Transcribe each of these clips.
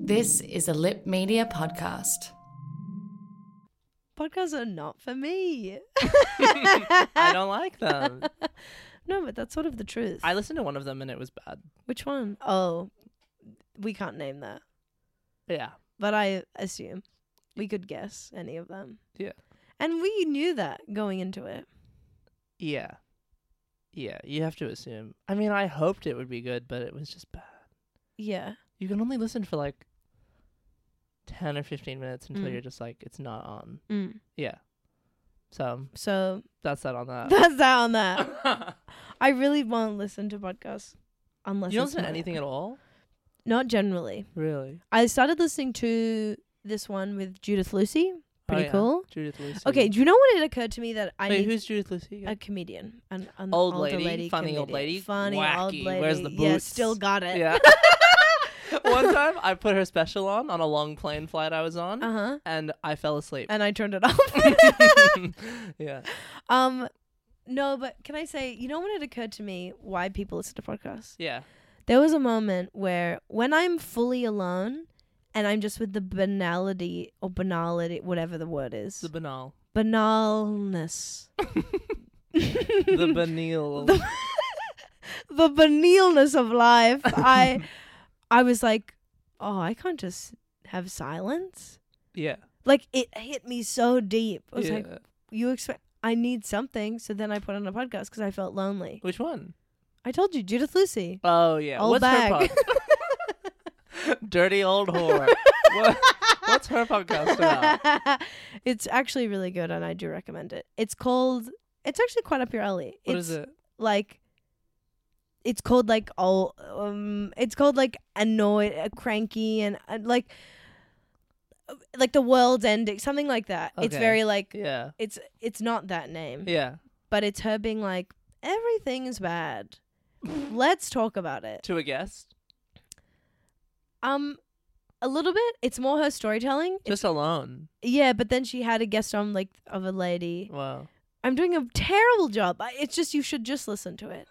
This is a Lip Media podcast. podcasts are not for me. I don't like them. No, but that's sort of the truth. I listened to one of them and it was bad. Which one? Oh, we can't name that. Yeah. But I assume we could guess any of them. Yeah. And we knew that going into it. Yeah. Yeah. You have to assume. I mean, I hoped it would be good, but it was just bad. Yeah. You can only listen for like 10 or 15 minutes until Mm. you're just like, it's not on. Yeah. So So that's that on that. that's that on that. I really won't listen to podcasts unless you don't it's listen to mine. anything at all? Not generally. Really? I started listening to this one with Judith Lucy. Pretty Oh, yeah. cool. Judith Lucy. Okay, do you know what it occurred to me that I Wait, need who's Judith Lucy? a comedian, an, an Old older lady? Funny old comedian. lady? funny old Wacky. lady. Where's the Yeah, boots? still got it. Yeah. One time I put her special on on a long plane flight I was on Uh huh. and I fell asleep. And I turned it off. yeah. um, no, but can I say, you know, when it occurred to me why people listen to podcasts, Yeah. there was a moment where when I'm fully alone and I'm just with the banality or banality, whatever the word is, The banal. banalness, the banal. the banalness of life, I, I was like, oh, I can't just have silence. yeah. like it hit me so deep. I was yeah. like, you expect I need something, so then I put on a podcast because I felt lonely. Which one? I told you, Judith Lucy. Oh yeah. Old What's bag. her podcast? Dirty old whore. what, what's her podcast about? it's actually really good, and I do recommend it. It's called. It's actually quite up your alley. What it's is it? like. It's called like all. Um, it's called like annoyed, uh, cranky, and uh, like. uh, Like the world's ending, something like that. It's Okay. very like Yeah. it's it's not that name. Yeah. but it's her being like, everything is bad. Let's talk about it. To a guest. Um, a little bit. It's more her storytelling. Just alone. Yeah, but then she had a guest on like of a lady. Wow. I'm doing a terrible job. I- It's just you should just listen to it.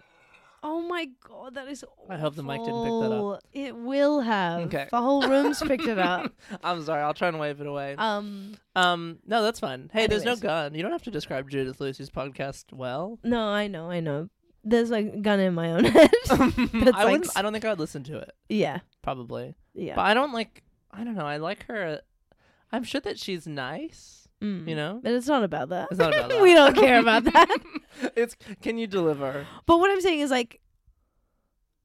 Oh my god, that is. Awful. I hope the mic didn't pick that up. It will have. Okay. The whole room's picked it up. I'm sorry. I'll try and wave it away. Um, Um, no, that's fine. Hey, there's no Anyways. gun. You don't have to describe Judith Lucy's podcast well. no, I know, I know. There's like a gun in my own head. That's I like, wouldn't. I don't think I would listen to it. yeah, Probably, yeah. but I don't like. I don't know. I like her. I'm sure that she's nice. Mm. You know, But it's not about that. It's not about that. we don't care about that. it's can you deliver? But what I'm saying is like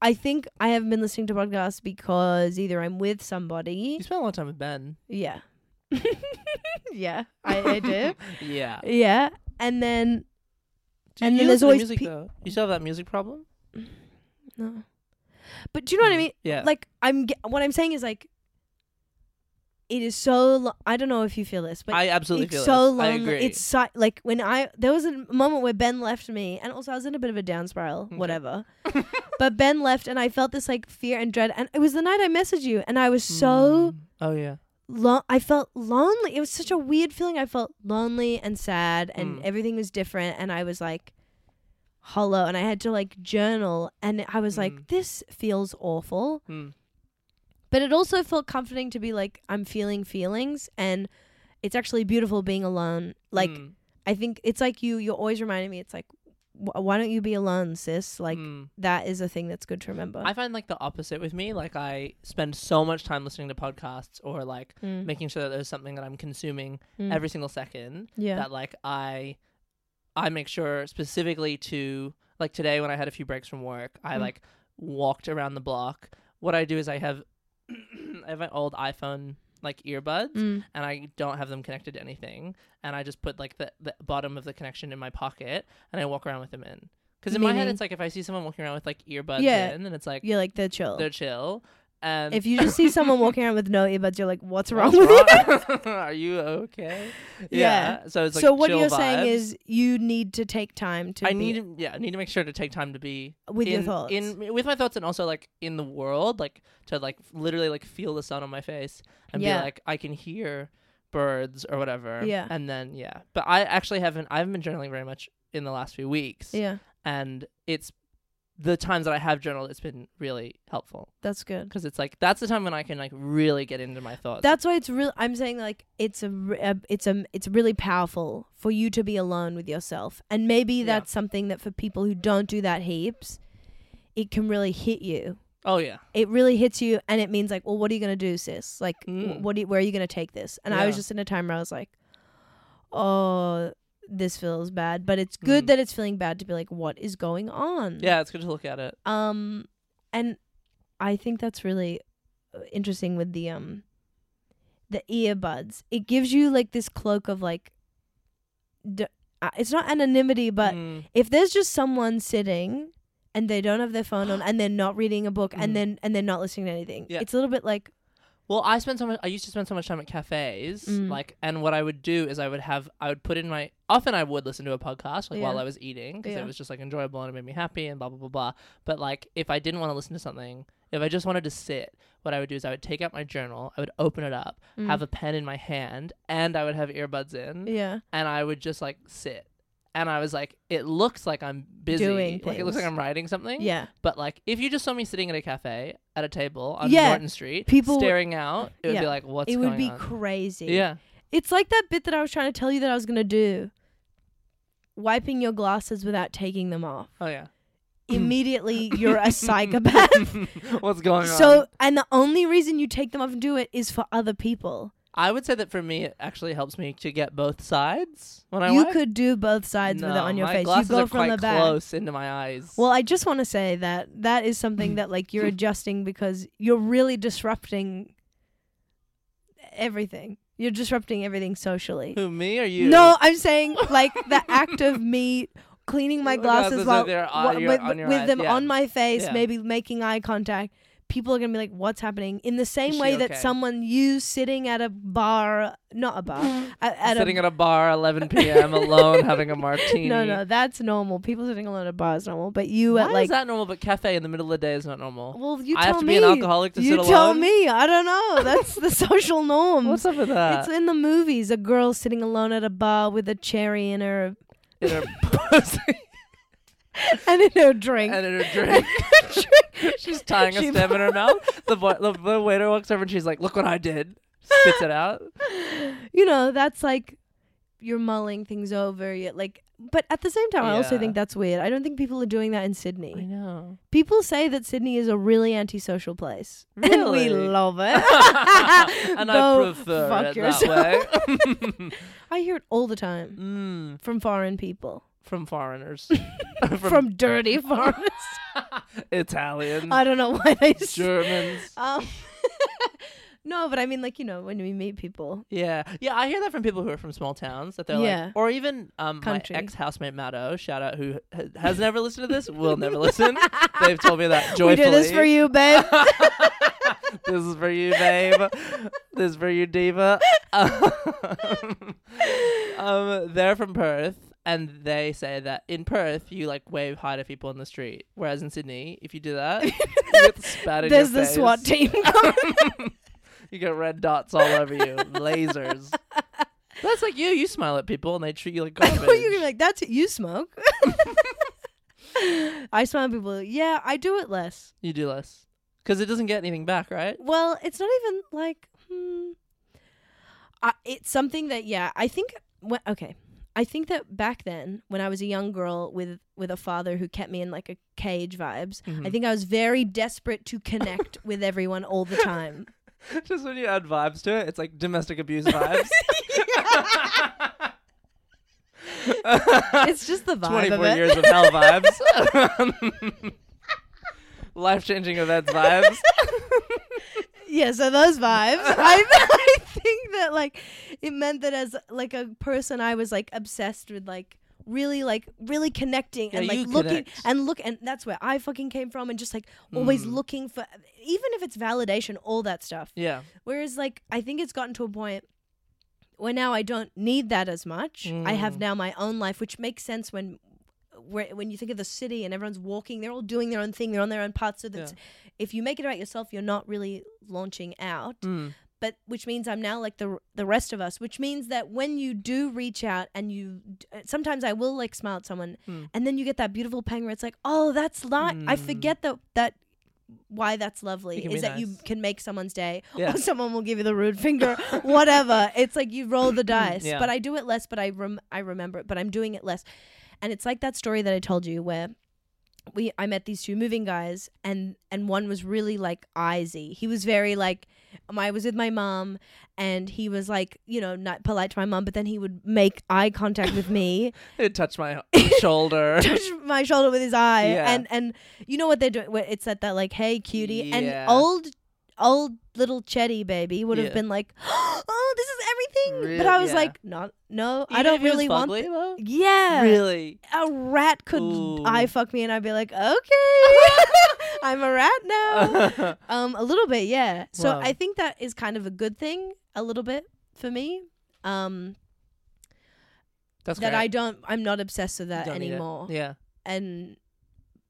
I think I have been listening to podcasts because either I'm with somebody. You spent a lot of time with Ben. Yeah. yeah, I, I do. Yeah. Yeah. And then Do And you then there's listen to always music pe- though. You still have that music problem? Mm. no. But do you know what I mean? Yeah. Like I'm ge- what I'm saying is like it is so lo- I don't know if you feel this, but I absolutely it's feel so this. I lonely. agree. It's si- like when I there was a moment where Ben left me, and also I was in a bit of a down spiral, Okay. whatever. but Ben left, and I felt this like fear and dread. And it was the night I messaged you, and I was so Mm. Oh yeah. lo- I felt lonely. It was such a weird feeling. I felt lonely and sad, and Mm. everything was different. And I was like hollow, and I had to like journal, and I was like, Mm. this feels awful. Mm. But it also felt comforting to be like, I'm feeling feelings and it's actually beautiful being alone. Like, Mm. I think it's like you, you're always reminding me, it's like, wh- why don't you be alone, sis? Like, Mm. that is a thing that's good to remember. I find like the opposite with me. Like I spend so much time listening to podcasts or like Mm. making sure that there's something that I'm consuming Mm. every single second. yeah. that like I I make sure specifically to like today when I had a few breaks from work, I Mm. like walked around the block. What I do is I have I have my old iPhone like earbuds Mm. and I don't have them connected to anything and I just put like the, the bottom of the connection in my pocket and I walk around with them in Because in my head, Meaning- it's like if I see someone walking around with like earbuds Yeah. in, then it's like You're like they're chill. they're chill. And if you just see someone walking around with no earbuds, you're like, what's wrong What's with you? wrong? Are you okay? Yeah. So it's like so what chill you're saying vibes. is you need to take time to I be need to, yeah, I need to make sure to take time to be with in, your thoughts. in with my thoughts and also like in the world, like to like literally like feel the sun on my face and Yeah. be like I can hear birds or whatever. Yeah. And then yeah, but I actually haven't. I haven't been journaling very much in the last few weeks. yeah, And it's the times that I have journaled, it's been really helpful that's good. because it's like that's the time when I can like really get into my thoughts. That's why it's real. I'm saying like it's a, re- a it's a it's really powerful for you to be alone with yourself, and maybe Yeah. that's something that for people who don't do that heaps, it can really hit you. oh yeah. It really hits you, and it means like, well, what are you gonna do, sis? Like, wh- Mm. what? Do you, where are you gonna take this? And I was Yeah. just in a time where I was like, oh, this feels bad, but it's good Mm. that it's feeling bad to be like, what is going on? Yeah, it's good to look at it. Um, and I think that's really uh, interesting with the um the earbuds. It gives you like this cloak of like, d- uh, it's not anonymity, but Mm. if there's just someone sitting and they don't have their phone on and they're not reading a book Mm. and then and they're not listening to anything, Yeah. it's a little bit like Well, I spent so much. I used to spend so much time at cafes, Mm. like, and what I would do is I would have, I would put in my. Often I would listen to a podcast, like while Yeah. I was eating, because Yeah. it was just like enjoyable and it made me happy and blah blah blah blah. But like, if I didn't want to listen to something, if I just wanted to sit, what I would do is I would take out my journal, I would open it up, have a pen in my hand, and I would have earbuds in, Mm. yeah, and I would just like sit. And I was like, it looks like I'm busy, Doing like it looks like things. I'm writing something. yeah. But like, if you just saw me sitting at a cafe at a table on Yeah. Norton Street, People would- staring out, it would Yeah. be like, "What's it going would be on?" crazy. yeah, It's like that bit that I was trying to tell you that I was gonna do. Wiping your glasses without taking them off. oh yeah. Immediately, you're a Oh psychopath. What's going on? so, and the only reason you take them off and do it is for other people. I would say that for me, it actually helps me to get both sides when I you wipe. could do both sides no, with it on your my face. You Glasses go are from quite the back. close into my eyes. Well, I just want to say that that is Mm. something that like you're adjusting because you're really disrupting everything. You're disrupting everything socially. who me or you? No, I'm saying like the act of me cleaning my Your glasses glasses while are there wha- on your- with, on your with eyes, them yeah. on my face, Yeah. maybe making eye contact. People are gonna be like, "What's happening?" In the same she way that okay? someone you sitting at a bar, not a bar, a- at, sitting a, at a bar, 11 p.m. alone, having a martini. no, no, that's normal. People sitting alone at a bar is normal, but you Why at is like, that normal? But cafe in the middle of the day is not normal. well, you I tell have to me. be an alcoholic to you sit tell alone. me. I don't know. That's the social norm. What's up with that? it's in the movies. A girl sitting alone at a bar with a cherry in her in her and in her drink. and in her drink. she's tying a She- stem in her mouth. The, boy, the, the waiter walks over and she's like, "Look what I did." Spits it out. you know, that's like you're mulling things over. You're like, but at the same time, I also Yeah. think that's weird. I don't think people are doing that in Sydney. know. People say that Sydney is a really antisocial place, and we Really? love it. and I Go prefer fuck it yourself. that way. I hear it all the time mm, from foreign people, from foreigners, from, dirty foreigners. Italians, I don't know why they. s- Germans. Um, no, but I mean, like you know, when we meet people, Yeah, yeah, I hear that from people who are from small towns that they're Yeah. like, or even um, my Country. ex housemate Maddo, shout out who ha- has never listened to this, will never listen. They've told me that we joyfully. do this for you, babe. this is for you, babe. this is for you, diva. Um, um, they're from Perth, and they say that in Perth you like wave hi to people on the street, whereas in Sydney, if you do that, you get spat in There's your the face. SWAT team. You get red dots all over you, lasers. That's like you. You smile at people and they treat you like I garbage. thought you were gonna be like, that's it, you smoke. I smile at people. Yeah, I do it less. you do less because it doesn't get anything back, right? Well, it's not even like, hmm. I, it's something that yeah, I think. When, okay, I think that back then, when I was a young girl with with a father who kept me in like a cage vibes, I think I was very desperate to connect with everyone all the time. Just when you add vibes to it, it's like domestic abuse vibes. It's just the vibe of 24 it. years of hell vibes. Life changing events vibes. Yeah, so those vibes. I, I think that like it meant that as like a person, I was like obsessed with like really like really connecting and Yeah, like you looking connect. and look and that's where I fucking came from and just like always Mm. looking for even if it's validation, all that stuff. Yeah. Whereas like I think it's gotten to a point where now I don't need that as much. I have Mm. now my own life, which makes sense when where, when you think of the city and everyone's walking, they're all doing their own thing, they're on their own path. So that's if you make it about yourself, you're not really launching out. Mm. But which means I'm now like the the rest of us. Which means that when you do reach out and you, d- uh, sometimes I will like smile at someone, Mm. and then you get that beautiful pang where it's like, oh, that's not. I Mm. forget that that why that's lovely can is be that you nice. can make someone's day Yeah. or someone will give you the rude finger whatever it's like you roll the dice Yeah. but i do it less but i rem- i remember it but i'm doing it less and it's like that story that i told you where we i met these two moving guys and and one was really like eyesy he was very like um, i was with my mom and he was like you know not polite to my mom but then he would make eye contact with me It touched my shoulder. touch my shoulder with his eye Yeah. and and you know what they're doing where it's at that like hey cutie Yeah. and old old little chetty baby would have Yeah. been like oh this is everything but Real- I was yeah. like not no I Even don't if it was really want fugly, th- though? yeah Really? a rat could Ooh. eye fuck me and I'd be like okay I'm a rat now um a little bit yeah so Wow. I think that is kind of a good thing a little bit for me um That's that great. I don't I'm not obsessed with that Don't need it. anymore Yeah. and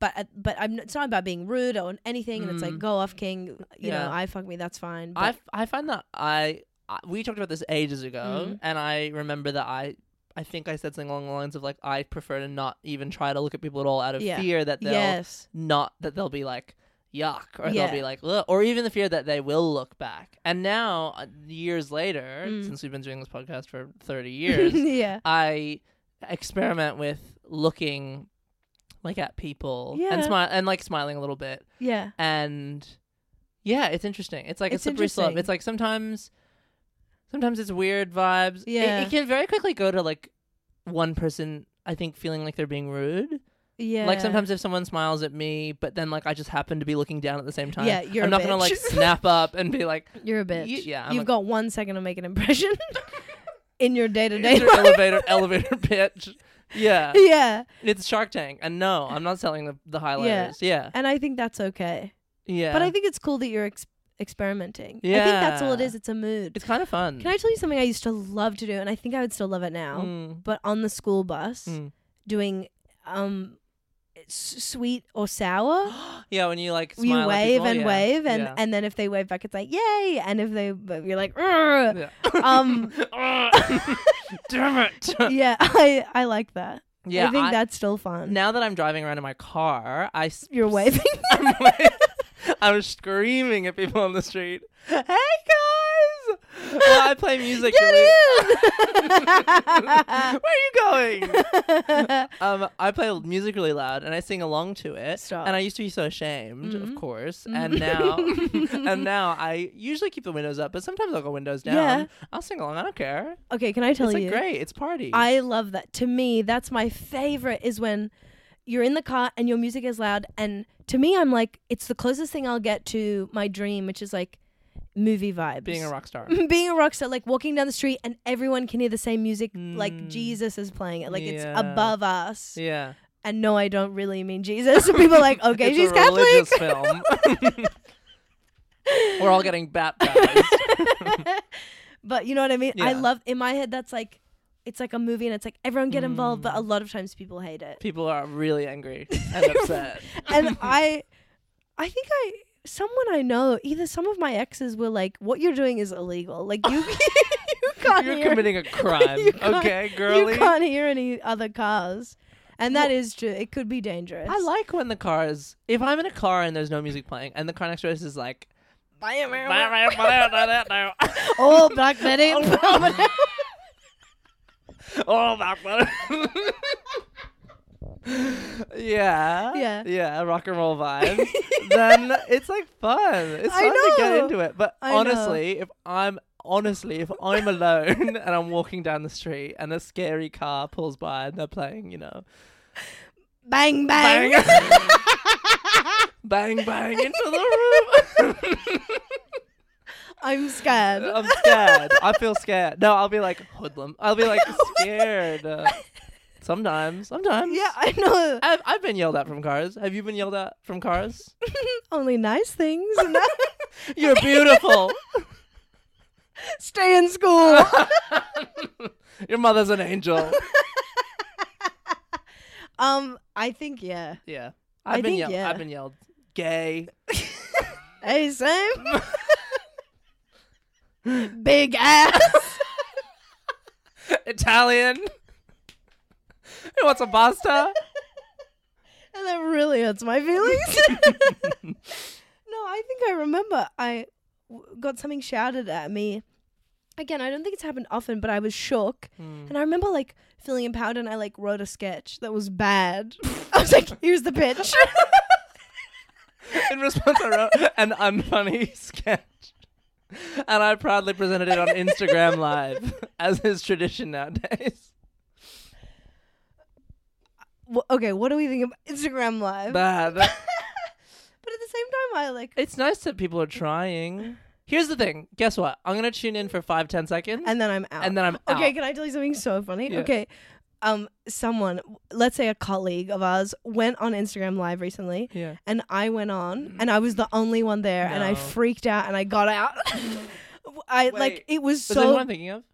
but uh, but I'm it's not about being rude or anything. And it's like Mm. go off, king. You Yeah. know, I fuck me. That's fine. I, But f- I find that I, I we talked about this ages ago, Mhm. and I remember that I I think I said something along the lines of like I prefer to not even try to look at people at all out of Yeah. fear that they'll yes, not that they'll be like yuck or Yeah. they'll be like Ugh, or even the fear that they will look back. And now uh, years later, Mm. since we've been doing this podcast for thirty years, yeah, I experiment with looking like at people and Yeah. smile and like smiling a little bit yeah, and yeah, it's interesting. It's like It's a slippery slope. interesting. It's like sometimes, sometimes it's weird vibes. It- it, Yeah. can very quickly go to like one person. I think feeling like they're being rude. yeah. Like sometimes if someone smiles at me, but then like I just happen to be looking down at the same time. Yeah, you're I'm a not gonna like bitch. snap up and be like you're a bitch. yeah, I'm you've a- got one second to make an impression in your day to "It's day your elevator elevator pitch. Yeah, Yeah, it's Shark Tank, and no, I'm not selling the the highlighters. Yeah, and I think that's okay. yeah. But I think it's cool that you're ex- experimenting. I think that's all it Yeah. is. It's a mood. it's kind of fun. Can I tell you something I used to love to do, and I think I would still love it now? Mm. But on the school bus, Mm. doing um s- sweet or sour. Yeah, when you like smile you at wave people, and yeah. wave and Yeah. and then if they wave back it's like yay and if they but you're like "Urgh." Yeah. Um, Damn it. yeah i i like that Yeah. i think I- that's still fun now that I'm driving around in my car, I s- you're waving I'm, like, I'm screaming at people on the street. Hey guys! Well, I play music. Get really- in! Where are you going? um, I play music really loud and I sing along to it. Stop. Mm-hmm. And I used to be so ashamed, of course. And now, and now I usually keep the windows up, but sometimes I'll go windows down. Yeah. I'll sing along. I don't care. okay can i tell it's like you great. It's party. i love that to me that's my favorite is when you're in the car and your music is loud and to me i'm like it's the closest thing i'll get to my dream which is like movie vibes being a rock star. being a rock star, like walking down the street and everyone can hear the same music, like Jesus is playing it, like it's Mm. Yeah. above us. yeah. And no, I don't really mean Jesus. People are like, okay, it's she's a Catholic. religious film. We're all getting baptized. But you know what I mean? I Yeah. love in my head that's like, it's like a movie and it's like everyone get involved, Mm. but a lot of times people hate it. People are really angry and upset. and I, I think I. Someone I know, either some of my exes were like, "What you're doing is illegal. Like you, you can't You're hear- committing a crime, You can't- okay, girly? You can't hear any other cars, and that is true. It could be dangerous. I like when the car is. If I'm in a car and there's no music playing, and the car next to us is like. oh, oh Black Betty. back Yeah. Yeah. Yeah, rock and roll vibes. then it's like fun. It's I fun to get know. into it. But I know. honestly, if I'm honestly, if I'm alone and I'm walking down the street and a scary car pulls by and they're playing, you know, bang bang. bang bang into the room. I'm scared. I'm scared. I feel scared. No, I'll be like hoodlum. I'll be like scared. Sometimes, sometimes. Yeah, I know. I've, I've been yelled at from cars. Have you been yelled at from cars? Only nice things. You're beautiful. Stay in school. Your mother's an angel. um, I think yeah. Yeah. I I've been think, yelled. yeah. I've been yelled. Gay. Hey, Sam. Big ass. Italian. Who wants a pasta? and that really hurts my feelings. no, I think I remember I w- got something shouted at me. Again, I don't think it's happened often, but I was shook. And I remember like feeling empowered and I like wrote a sketch that was bad. I was like, here's the pitch. In response, I wrote an unfunny sketch. And I proudly presented it on Instagram Live, as is tradition nowadays. Wh- okay, what do we think about Instagram Live? Bad. but at the same time, I like. It's nice that people are trying. Here's the thing. Guess what? I'm gonna tune in for five, ten seconds, And then I'm out. and then I'm Okay, out. can I tell you something so funny? Yeah. Okay. Um, someone, let's say a colleague of ours, went on Instagram Live recently, Yeah. Mm-hmm. and I went on, and I was the only one there, and I No. freaked out, and I got out. I like Wait, it was, Was that so what I'm thinking of?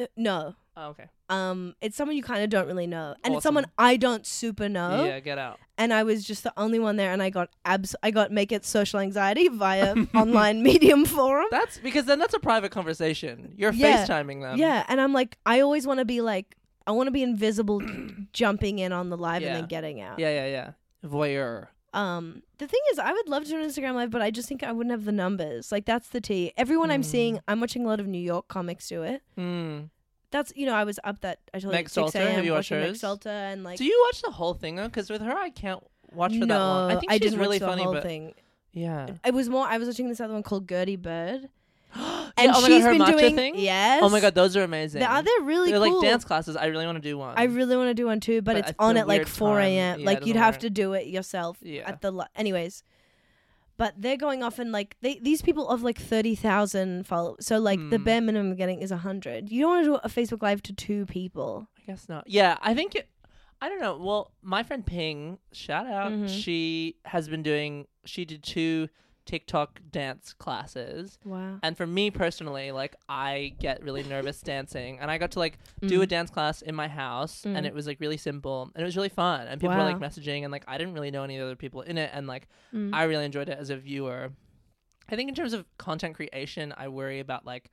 uh, no. Oh, okay. Um, it's someone you kind of don't really know, and it's Awesome. someone I don't super know, Yeah, get out. and I was just the only one there, and I got abs, I got make it social anxiety via online medium forum. That's because then that's a private conversation. You're Yeah. FaceTiming them. Yeah, and I'm like, I always want to be like, I want to be invisible, jumping in on the live and then Yeah. getting out. Yeah, yeah, yeah. Voyeur. Um, the thing is, I would love to do an Instagram live, but I just think I wouldn't have the numbers. Like that's the tea. Everyone I'm seeing, I'm watching a lot of New York comics do it. Mm. That's you know, I was up that I told Meg you at six Salter, have a.m. you watched watching Meg hers? Salter and like. Do you watch the whole thing though? Because with her, I can't watch for no, that long. I think she's didn't watch really the funny, whole but thing. yeah. It was more. I was watching this other one called Gertie Bird, and Yeah, oh my God, she's her been matcha doing thing? yes. Oh my god, those are amazing. they are they're really They're cool. like dance classes. I really want to do one. I really want to do one too, but, But it's at on the at like weird 4 time. a.m. Yeah, it like you'd doesn't have work. to do it yourself Yeah. at the li- anyways. But they're going off and like they, these people of like thirty thousand followers. So like the Mm. bare minimum you're getting is hundred. You don't want to do a Facebook live to two people. I guess not. Yeah, I think it. I don't know. Well, my friend Ping, shout out, Mhm. she has been doing. She did two TikTok dance classes, Wow. and for me personally, like I get really nervous dancing, and I got to like do Mm. a dance class in my house, and it was like really simple, and it was really fun, and people were like Wow. Mm. messaging, and like I didn't really know any other people in it, and like I really enjoyed it as a viewer. I think in terms of content creation, I worry about like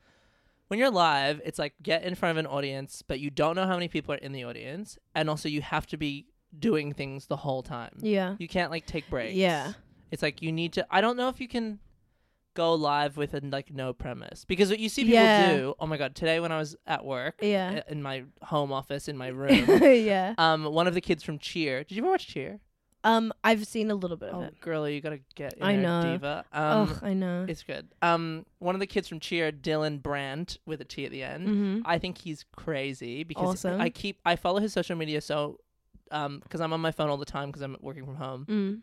when you're live, it's like get in front of an audience, but you don't know how many people are in the audience, and also you have to be doing things the whole time. Yeah. You can't like take breaks. Yeah. It's like you need to I don't know if you can go live with a, like no premise because what you see people Yeah. do, oh my god, today when I was at work, Yeah. i- in my home office in my room, yeah. um one of the kids from Cheer, did you ever watch Cheer? Um, I've seen a little bit of Oh, it. girly, you got to get in I there, know. diva. Um Ugh, I know. it's good. Um, one of the kids from Cheer, Dylan Brandt, with a T at the end. Mhm. I think he's crazy because Awesome. I keep I follow his social media so, um, because I'm on my phone all the time because I'm working from home. Mm.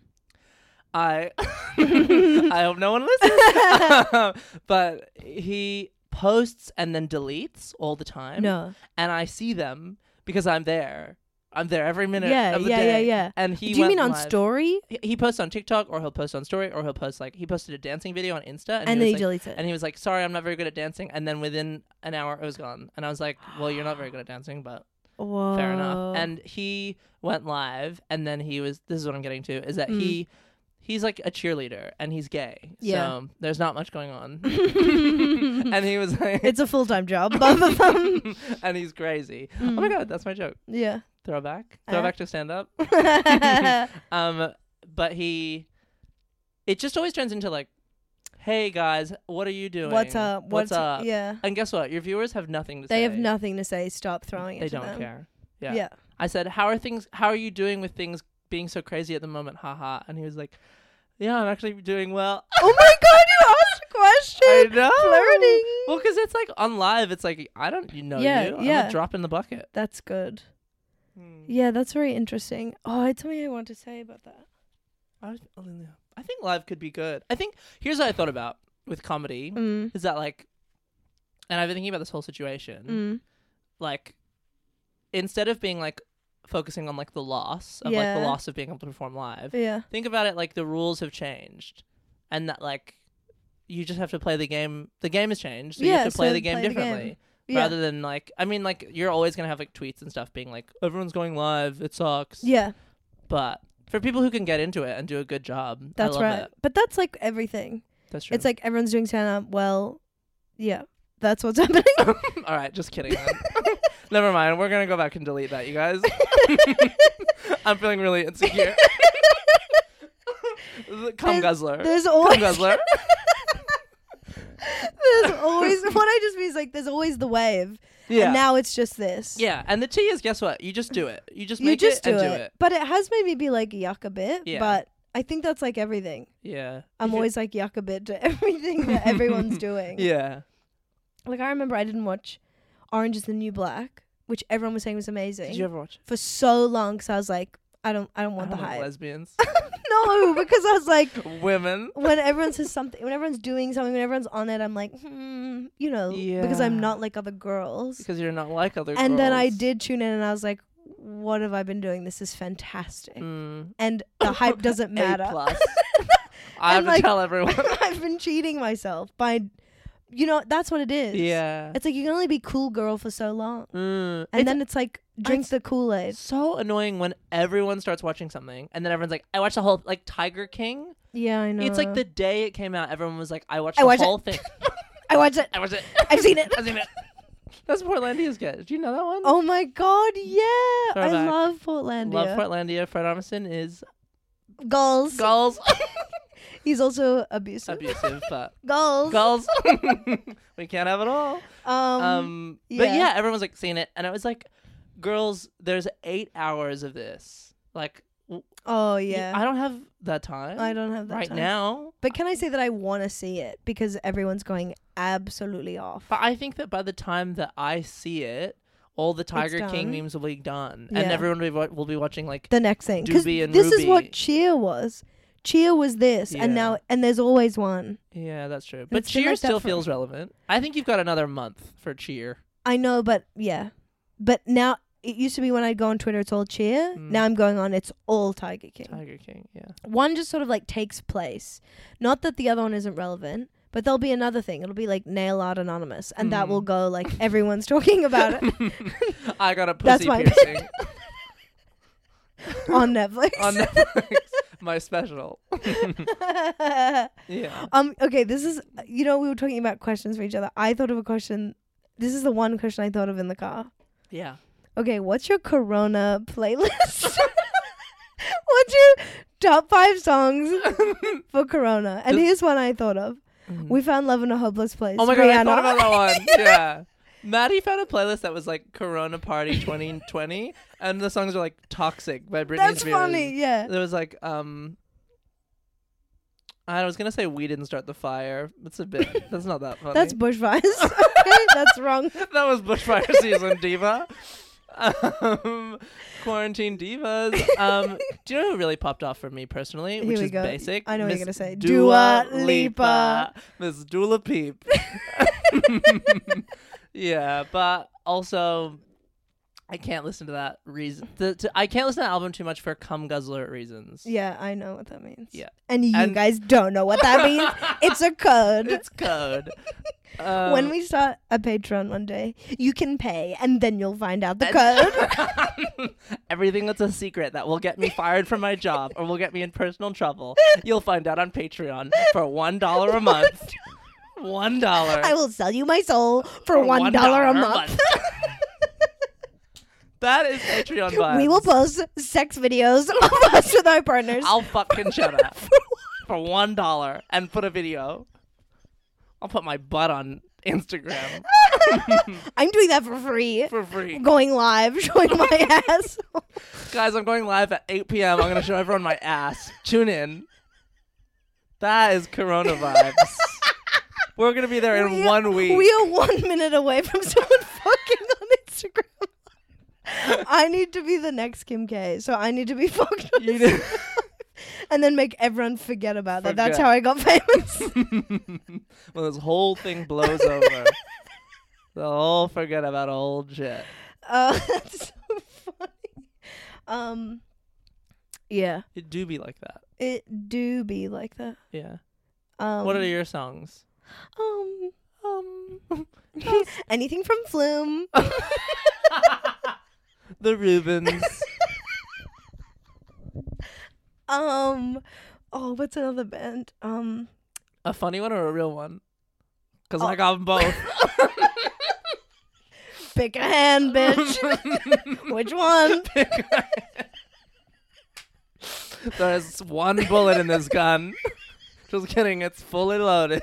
I I hope no one listens. but he posts and then deletes all the time. No. and I see them because I'm there. I'm there every minute Yeah, of the yeah, yeah, day. yeah. And he do you went mean on live. story? He- He posts on TikTok, or he'll post on Story, or he'll post like he posted a dancing video on Insta, and, And he then was, he like- deletes it. And he was like, "Sorry, I'm not very good at dancing." And then within an hour, it was gone. And I was like, "Well, you're not very good at dancing, but Whoa. fair enough." And he went live, and then he was. This is what I'm getting to is that he he's like a cheerleader, and he's gay. Mm. Yeah. So there's not much going on. and he was like, it's a full time job. both of them. Mm. and he's crazy. Oh my god, that's my joke. Yeah. Throwback. Uh. Throwback to stand up. um, but he, it just always turns into like, "Hey guys, what are you doing? uh, What's up? What's, up?" Yeah. And guess what? Your viewers have nothing to say. They have nothing to say. Stop throwing it. They to don't them. care. Yeah. Yeah. I said, "How are things? How are you doing with things being so crazy at the moment?" Haha. And he was like, "Yeah, I'm actually doing well." Oh my god, you asked a I question. know. Flirting. Well, because it's like on live, it's like I don't you know Yeah, you. I'm yeah. a drop in the bucket. That's good. Yeah, that's very interesting. Oh, I had something I want to say about that. I, was- I think live could be good. I think here's what I thought about with comedy Mm. Mm-hmm. is that like, and I've been thinking about this whole Mm. situation. Like, instead of being like focusing on like the loss of like the Yeah. loss of being able to perform live, Yeah. think about it like the rules have changed and that like you just have to play the game the game has changed so you Yeah, have to play so the game play the game. differently Yeah. rather than like i mean like you're always going to have like tweets and stuff being like everyone's going live it sucks yeah. but for people who can get into it and do a good job I That's love right. it. But that's like everything. that's true It's like everyone's doing stand up. Well, yeah. That's what's happening. all right just kidding then. never mind we're going to go back and delete that you guys i'm feeling really insecure come There's- guzzler There's come always guzzler there's always what I just mean is like there's always the wave. yeah And now it's just this. Yeah, and the tea is guess what? You just do it. You just You make just it do, and it. do it. But it has made me be like yuck a bit. Yeah. But I think that's like everything. Yeah. I'm If it- always like yuck a bit to everything that everyone's doing. Yeah. Like I remember I didn't watch Orange is the New Black, which everyone was saying was amazing Did you ever watch? for so long. So I was like, I don't, I don't want I the don't like hype. lesbians, no, because I was like, women. when everyone says something, when everyone's doing something, when everyone's on it, I'm like, hmm, you know, because I'm Yeah. not like other girls. Because you're not like other. and then I girls. did tune in, and I was like, what have I been doing? This is fantastic. Mm, And the hype doesn't matter. A plus. I have And, like- to tell everyone. I've been cheating myself by, you know, that's what it is. yeah. It's like you can only be cool girl for so long. Mm. And it's then it's like drink it's- the Kool Aid. so annoying when everyone starts watching something, and then everyone's like, "I watched the whole like Tiger King." Yeah, I know. It's like the day it came out, everyone was like, "I watched I the watched it. whole thing. I watched it. I watched it. I've seen it. I've seen it." That's Portlandia's good. Do you know that one? Oh my god, yeah! I Throwback. love Portlandia. Love Portlandia. Fred Armisen is Goals. Gulls. He's also abusive. Abusive, but Goals. gulls. we can't have it all. Um, Um, but yeah. yeah, everyone was like seeing it, and I was like, girls, there's eight hours of this. Like, w- Oh y- yeah. I don't have that time. I don't have that right time. now. But can I say that I want to see it because everyone's going absolutely off. But I think that by the time that I see it, all the Tiger done. King memes will be done, Yeah. and everyone will be, wa- will be watching like. the next thing, because Doobie and this is Ruby. what cheer was. Cheer was this, Yeah. and now and there's always one. yeah, that's true. But it's been cheer like that still for- feels relevant. I think you've got another month for cheer. I know, but yeah, but now it used to be when I'd go on Twitter, it's all cheer. Mm. Now I'm going on, it's all Tiger King. Tiger King, yeah. one just sort of like takes place. Not that the other one isn't relevant, but there'll be another thing. It'll be like nail art anonymous, and that Mm. will go like everyone's talking about it I got a That's pussy my- piercing on Netflix. on Netflix. My special. Yeah. um. Okay. This is you know we were talking about questions for each other. I thought of a question. This is the one question I thought of in the car. Yeah. Okay, what's your Corona playlist? what's your top five songs for Corona? And here's one I thought of. We found love in a hopeless place. Mm. Oh my god, I Rihanna. thought about that one. yeah. Maddie found a playlist that was like Corona Party 2020, and the songs were like Toxic by Britney That's Spears. funny, yeah. There was like, um, I was gonna say We Didn't Start the Fire. That's a bit, that's not that funny. That's bushfires. okay, that's wrong. that was Bushfire Season Diva. Um, Quarantine Divas. Um, do you know who really popped off for me personally, which we is go. basic? I know what you're Miss gonna say. Dua Lipa. Miss Dula Peep. yeah, but also, I can't listen to that reason. The, to, I can't listen to that album too much for cum guzzler reasons. Yeah, I know what that means. Yeah. And you And- guys don't know what that means. it's a code. It's code. Um, when we start a Patreon one day, you can pay and then you'll find out the code. Everything that's a secret that will get me fired from my job or will get me in personal trouble, you'll find out on Patreon for one dollar a month. One dollar. I will sell you my soul for one dollar a month. that is Patreon vibes. We will post sex videos of us with our partners. I'll fucking shut up for one dollar and put a video. I'll put my butt on Instagram I'm doing that for free. for free. Going live, showing my ass. Guys, I'm going live at 8 p.m. I'm going to show everyone my ass. Tune in. That is Corona vibes. We're going to be there in We- one week. We are one minute away from someone fucking on Instagram. I need to be the next Kim K, so I need to be fucked on You Instagram. and then make everyone forget about that. That's Forget. how I got famous. when this whole thing blows over, they'll all forget about old shit. Oh, that's so Um, yeah, It do be like that. it do be like that. Yeah. Um, what are your songs? um Um, anything from Flume? the Rubens. um, oh, what's another band? Um, a funny one or a real one? Cause I got 'em both. pick a hand, bitch. Which one? There's one bullet in this gun. Just kidding. It's fully loaded.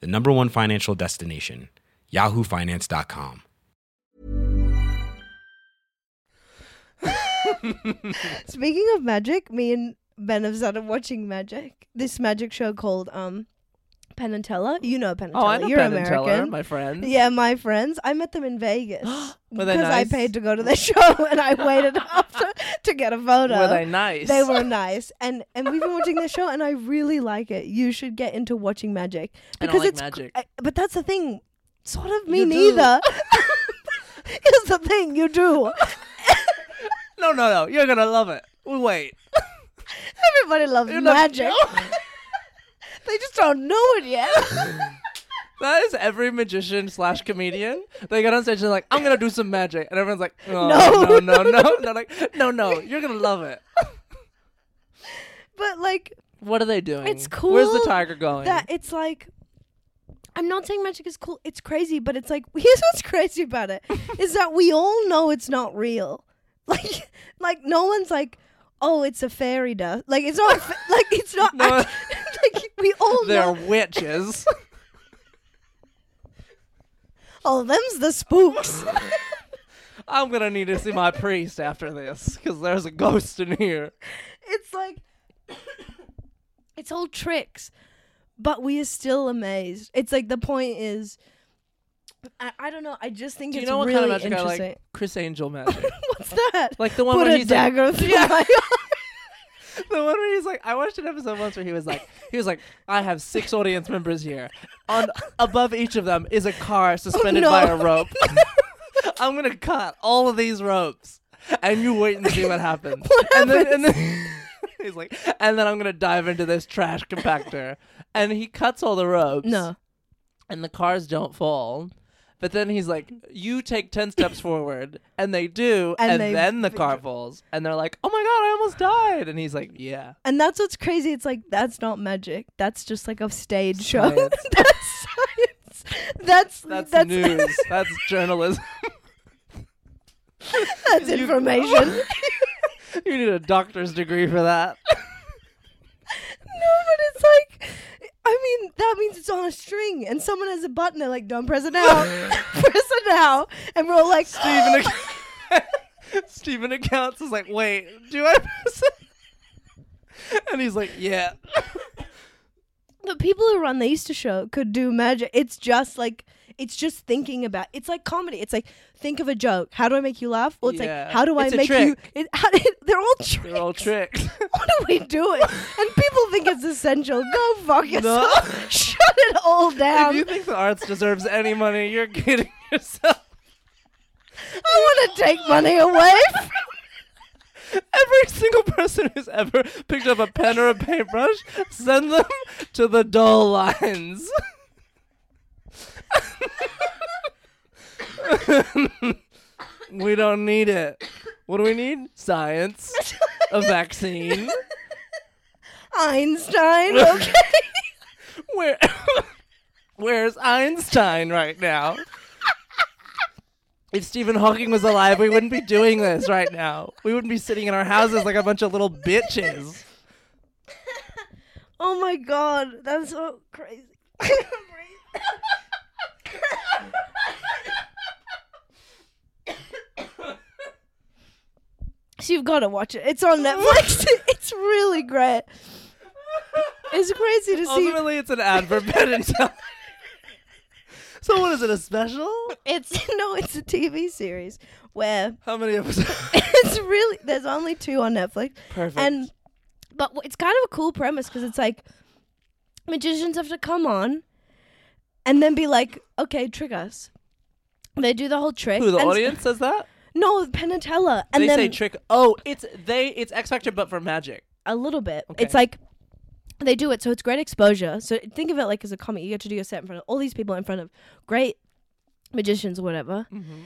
the number one financial destination, yahoofinance.com. Speaking of magic, me and Ben have started watching magic. This magic show called um, Penn and Teller. You know Penn and Oh, Teller. I know You're Ben and American. Teller, my friends. Yeah, my friends. I met them in Vegas because Were they I nice? paid to go to their show and I waited up to, to get a photo. Were they nice? They were nice, and and we've been watching this show, and I really like it. You should get into watching magic I don't because like it's magic. I- but that's the thing. Sort of me You do. neither. Is the thing you do. No, no, no. You're gonna love it. Wait. Everybody loves You're not- magic. they just don't know it yet. That is every magician slash comedian. They get on stage and they're like, I'm gonna do some magic. And everyone's like, oh, No. no, no, no, no. They're like, no, no, you're gonna love it. but like What are they doing? It's cool. Where's the tiger going? That it's like I'm not saying magic is cool. It's crazy, but it's like here's what's crazy about it is that we all know it's not real. Like like no one's like oh it's a fairy dust. Like it's not a fa- like it's not No. act- like we all They're know witches. oh them's the spooks. I'm gonna need to see my priest after this because there's a ghost in here. it's like it's all tricks but we are still amazed it's like the point is i, I don't know i just think Do you it's know what really kind of magic I interesting like? Chris Angel magic. what's that Like the one put where a he's like- dagger through my heart. the one where he's like, I watched an episode once where he was like, he was like, I have six audience members here. On above each of them is a car suspended Oh, no. by a rope. I'm gonna cut all of these ropes, and you wait and see what happens. and then, and then he's like, and then I'm gonna dive into this trash compactor, and he cuts all the ropes. no and the cars don't fall. But then he's like, "You take ten steps forward," and they do, And and, they- then the car falls, and they're like, "Oh my god, I almost died!" And he's like, "Yeah, and that's what's crazy it's like that's not magic that's just like a stage show Science. that's science that's that's, that's news. that's journalism. that's You- information you need a doctor's degree for that." No, but it's like, I mean, that means it's on a string, and someone has a button. They're like, "Don't press it now, press it now," and we're all like, Stephen, Ac- Stephen accounts is like, "Wait, do I?" press it?" and he's like, "Yeah." "The people who run the Easter show could do magic. It's just like." It's just thinking about. It's like comedy. It's like think of a joke. How do I make you laugh? Well, it's Yeah. like how do I It's a make you? trick. It, how, they're all tricks. They're all tricks. What are we doing? and people think it's essential. Go fuck yourself. No. Shut it all if down. you think the arts deserves any money, you're kidding yourself. I want to take money away. from- Every single person who's ever picked up a pen or a paintbrush, send them to the dull lines. we don't need it. What do we need? Science, a vaccine. Einstein. Okay. Where, where's Einstein right now? If Stephen Hawking was alive, we wouldn't be doing this right now. We wouldn't be sitting in our houses like a bunch of little bitches. Oh my god, that's so crazy. So you've got to watch it. It's on Netflix. it's really great. It's crazy to see. Ultimately, it's an ad for bed and tell. So what is it? A special? It's no, it's a TV series where How many episodes? it's really there's only two on Netflix. Perfect. And but w- it's kind of a cool premise because it's like magicians have to come on and then be like, okay, trick us. They do the whole trick. Who the and s- audience says that? No, Penatella. And they then say trick. Oh, it's they. It's X Factor, but for magic. a little bit. Okay. It's like they do it, so it's great exposure. So think of it like as a comic. You get to do your set in front of all these people in front of great magicians or whatever. Mm-hmm.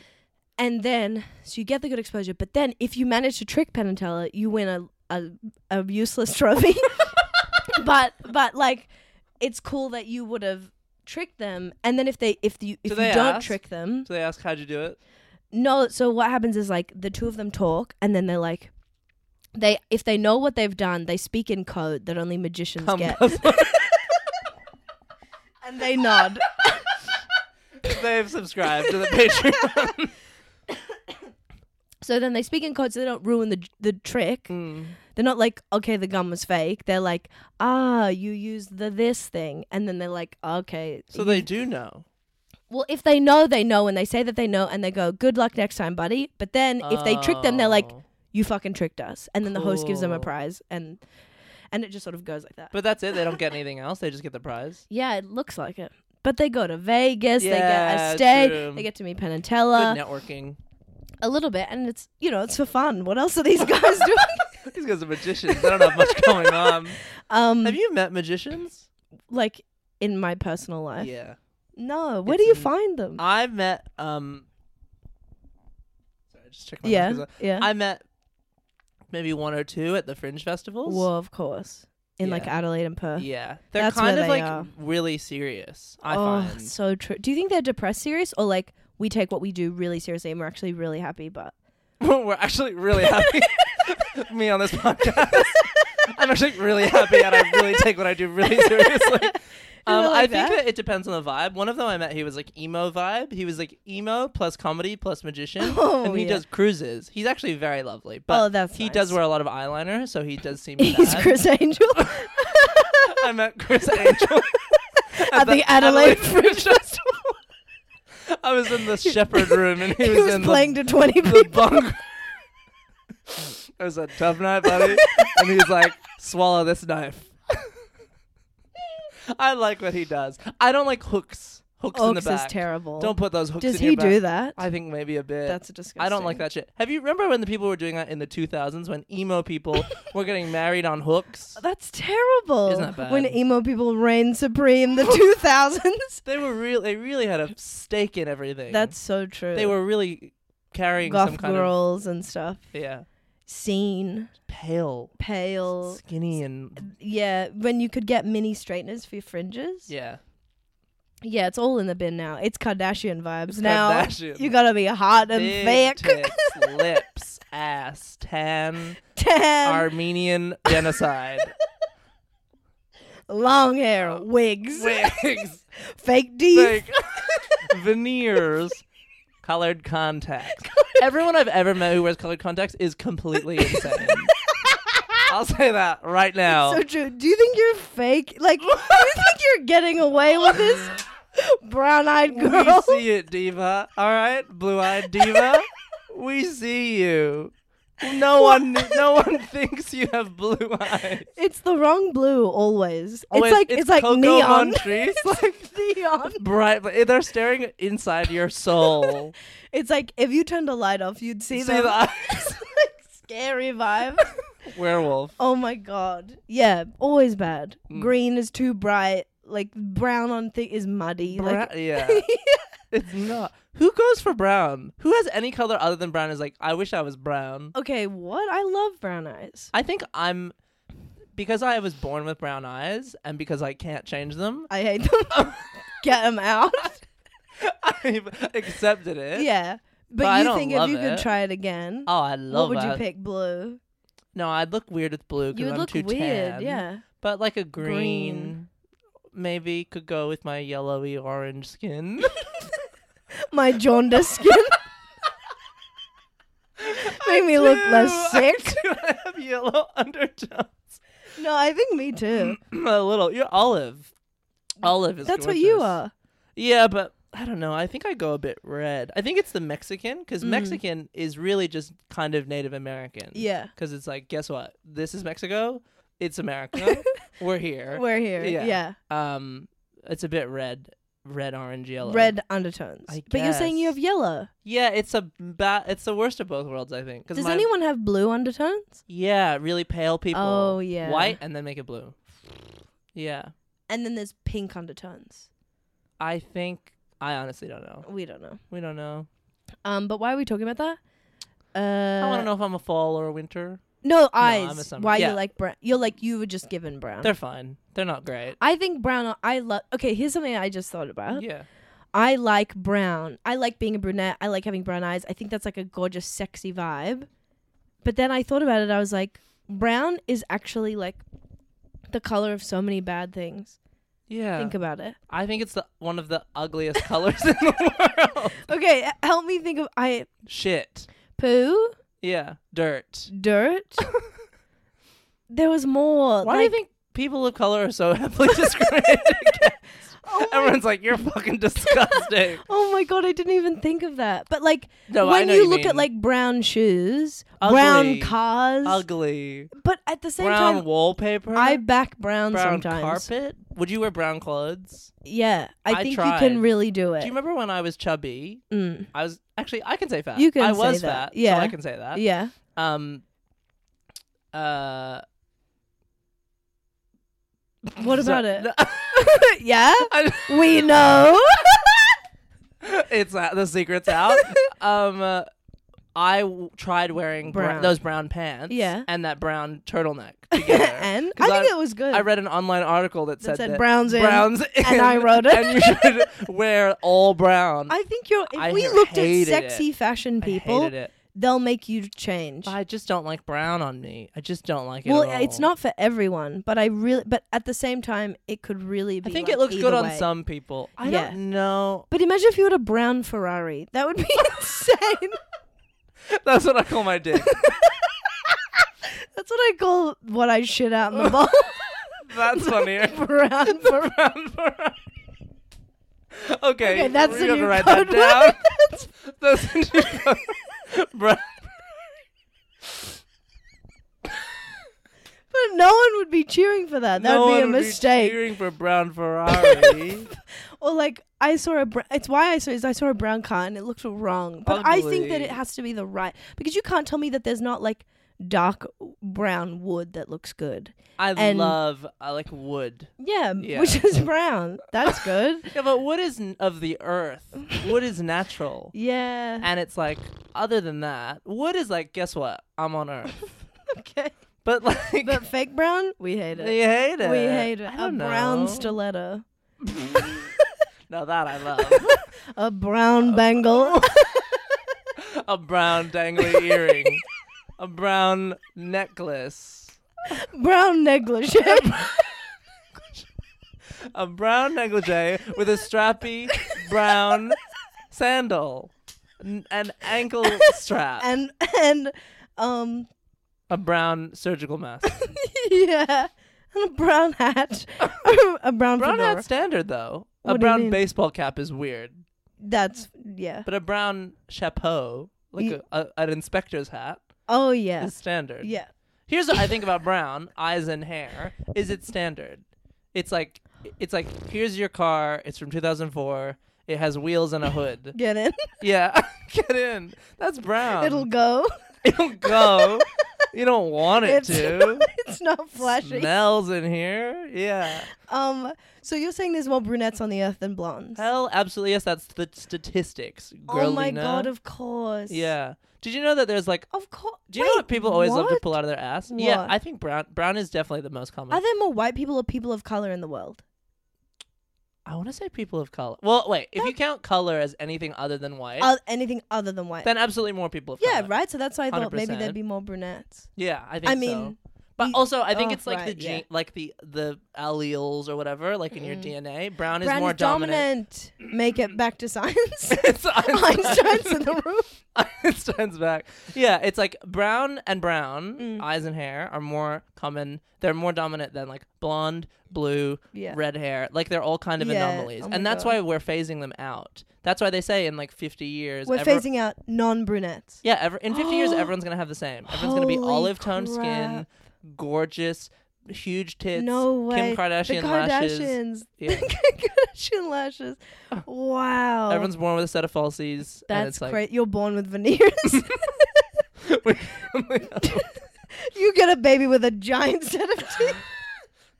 And then so you get the good exposure, but then if you manage to trick Penn and Teller, you win a a, a useless trophy. but but like it's cool that you would have tricked them. And then if they if you if Do you they don't ask? trick them, So they ask, "How'd you do it?" no, so what happens is like the two of them talk and then they're like they if they know what they've done, they speak in code that only magicians Um, get. and they nod. They've subscribed to the Patreon. So then they speak in code so they don't ruin the the trick. Mm. They're not like, okay, the gum was fake. They're like, ah, you used the this thing. And then they're like, okay. so they do know. Well, if they know, they know, and they say that they know, and they go, "Good luck next time, buddy." But then if they trick them, they're like, Oh. "You fucking tricked us," and then the host gives them a Cool. prize, and and it just sort of goes like that. But that's it. They don't get anything else. They just get the prize. yeah, it looks like it. But they go to Vegas, Yeah, they get a stay, true. they get to meet Good Penantella networking. a little bit, and it's you know it's for fun. What else are these guys doing? These guys are magicians. They don't have much going on. Um, Have you met magicians? like in my personal life, Yeah. no. Where It's do you n- find them? I met um Sorry, I just checked my yeah, notes 'cause uh, yeah. I, I met maybe one or two at the fringe festivals. well, of course, in like Yeah. Adelaide and Perth. Yeah. They're That's kind where of they like are. really serious, I oh, find. so true. Do you think they're depressed serious or like we take what we do really seriously and we're actually really happy? But We're actually really happy me on this podcast. I'm actually really happy and I really take what I do really seriously. Um, it I like think that? that it depends on the vibe. One of them I met, he was like emo vibe. He was like emo plus comedy plus magician, Oh, and he yeah. does cruises. He's actually very lovely, but Oh, that's he does nice. wear a lot of eyeliner, so he does seem. he's sad. Chris Angel I met Chris Angel at the Adelaide Fringe Festival. I was in the Shepherd room, and he, He was, was in playing to 20 the, people. the bunk. it was a tough night, buddy, and he's like, "Swallow this knife." I like what he does. I don't like hooks. Hooks, in Oaks the is back. terrible. Don't put those hooks. Does in your he do that? back. I think maybe a bit. That's I don't disgusting. like that shit. Have you remember when the people were doing that in the 2000s when emo people were getting married on hooks? That's terrible. Isn't that When bad? emo people reign supreme, the 2000s. They were real. They really had a stake in everything. That's so true. they were really carrying some goth kind girls and stuff. of yeah Scene, pale, pale. skinny, and Yeah, when you could get mini straighteners for your fringes. yeah. Yeah, it's all in the bin now. It's Kardashian vibes It's now. Kardashian. You gotta be hot and Big thick. tits, lips, ass, tan, Tan, Armenian genocide, long Oh, hair, wigs, wigs, fake teeth. like veneers, colored contacts. Everyone I've ever met who wears colored contacts is completely insane. I'll say that right now. So true. Do you think you're fake? Like, do you think you're getting away with this? Brown-eyed we girl. see it, diva. All right, blue-eyed diva. we see you. No one, no one thinks you have blue eyes. It's the wrong blue always. Always- it's like Oh, it's it's, like Coco neon. Montrese, it's like neon. Bright, but they're staring inside your soul. It's like if you turned a light off, you'd see, see them. the eyes. It's like scary vibe. Werewolf. Oh my god. Yeah, always bad. Mm. Green is too bright. Like brown on thing is muddy. Bra- Oh, like yeah. It's not. Who goes for brown? Who has any color other than brown? Is like, I wish I was brown. okay, what? I love brown eyes. I think I'm because I was born with brown eyes, and because I can't change them. I hate them. Get them out. I've accepted it. yeah. But, But I you don't think if love you could it. try it again, Oh, I love what would that. you pick? Blue. No, I'd look weird with blue You because would I'm look too weird. tan. Yeah. but like a green, Green. maybe could go with my yellowy orange skin. My jaundiced skin. Make me look less I sick. do have yellow undertones. No, I think me too. A little. You're olive. Olive is. That's what you gorgeous. are. Yeah, but I don't know. I think I go a bit red. I think it's the Mexican because Mm. Mexican is really just kind of Native American. Yeah. Because it's like, guess what? This is Mexico. It's America. We're here. We're here. Yeah. Um, it's a bit red, red, orange, yellow. Red undertones. I But you're saying you guess. have yellow. Yeah, it's a ba- It's the worst of both worlds, I think. 'cause Does my- anyone have blue undertones? Yeah, really pale people. Oh, yeah. White and then make it blue. Yeah, And then there's pink undertones. I think I honestly don't know. We don't know. We don't know. Um, but why are we talking about that? Uh, I want to know if I'm a fall or a winter. No I'm eyes. a summer- why yeah. you like brown? You're like you were just given brown. They're fine. They're not great. I think brown. I love. Okay, here's something I just thought about. Yeah. I like brown. I like being a brunette. I like having brown eyes. I think that's like a gorgeous, sexy vibe. But then I thought about it. I was like, brown is actually like the color of so many bad things. Yeah. Think about it. I think it's the, one of the ugliest colors in the world. Okay, h- help me think of I Shit. poo Yeah. Dirt. dirt. there was more. Why do you Uh, like- think people of color are so heavily discriminated against? Everyone's like, you're fucking disgusting. Oh my god, I didn't even think of that. But like No, I when know you you look at mean. like brown shoes, brown Ugly. cars, Ugly. but at the same brown time, wallpaper. I back brown, brown sometimes. carpet. Would you wear brown clothes? Yeah, I, I think you tried. can really do it. Do you remember when I was chubby? Mm. I was actually I can say fat. You can I say was that. fat. Yeah. So I can say that. Yeah, Um uh What about sorry. it? No. yeah, I- we know. it's out. The secret's out. um, uh, I w- tried wearing bra- Brown. those brown pants. Yeah. and that brown turtleneck. Together. and 'Cause I think it was good. I read an online article that, That said, said that brown's in, browns and I in, wrote it. And you should wear all brown. I think you're. If I we ha- looked at hated sexy it. fashion I people, hated it. they'll make you change. But I just don't like brown on me. I just don't like it. well, at it's all. not for everyone, but I really. But at the same time, it could really I be. think like, it looks either good on way. some people. I Yeah. don't know. But imagine if you had a brown Ferrari. That would be insane. That's what I call my dick. That's what I call what I shit out in the bowl. That's funnier. brown Ferrari. Brown Ferrari. Okay, Okay, that's we're the gonna new write code that word. down. that's the new code. Brown But no one would be cheering for that. That would no be one a would mistake. cheering for brown Ferrari. or like I saw a. Br- it's why I saw is I saw a brown car and it looked wrong. But I think that Ugly. it has to be the right because you can't tell me that there's not like dark brown wood that looks good. I And- love. I like wood. Yeah, Yeah. which is brown. That's good. Yeah, but wood is n- of the earth. Wood is natural, yeah. and it's like other than that, wood is like guess what? I'm on earth. Okay. But like, But fake brown, we hate it. we hate it. We hate it. I A don't brown know. stiletto. Now that I love A brown bangle. a brown dangly earring, a brown necklace. brown negligee. a brown negligee with a strappy brown sandal, N- an ankle strap, and and um a brown surgical mask. yeah. And a brown hat. a brown, Brown fedora. hat standard though. What do a you brown mean? baseball cap is weird, That's yeah. but a brown chapeau, like Ye- a, a, an inspector's hat, Oh yeah. is standard. Yeah. Here's what I think about brown eyes and hair: is it standard? It's like it's like here's your car. It's from 2004. It has wheels and a hood. Get in. yeah, get in. That's brown. It'll go. It'll go. you don't want it It's to. it's not flashy. Smells in here. Yeah. Um so you're saying there's more brunettes on the earth than blondes. Hell, absolutely. Yes, that's the statistics. Oh my girlina. god, of course. yeah. Did you know that there's like. oh, Of course. Do you know what people always love to pull out of their ass? Yeah, What? I think brown brown is definitely the most common. Are there more white people or people of color in the world? I want to say people of color. Well, wait, if you count color as anything other than white, Uh, anything other than white? then absolutely more people of yeah, color. right. So that's why I thought maybe 100%. thereuld be more brunettes. Yeah, I think I so. mean- But We- also, I think oh, it's like the right, gene, yeah. Mm. like the the alleles or whatever, like in your DNA. Brown is Brown more is dominant. Make it back to science. It's Einstein. Einstein's in the room. Einstein's back. Yeah, it's like brown and brown Mm. eyes and hair are more common. They're more dominant than like blonde, blue, Yeah. red hair. Like they're all kind of Yeah. anomalies, Oh my and that's God. why we're phasing them out. That's why they say in like 50 years, We're ever- phasing out non-brunettes. Yeah, ever, in 50 years, everyone's gonna have the same. Everyone's gonna be Holy olive toned skin, crap. gorgeous, huge tits. no way. Kim Kardashian the lashes. Kardashians. Yeah. The Kardashian lashes. Wow. Everyone's born with a set of falsies. and That's it's like, great. You're born with veneers. great. you get a baby with a giant set of teeth,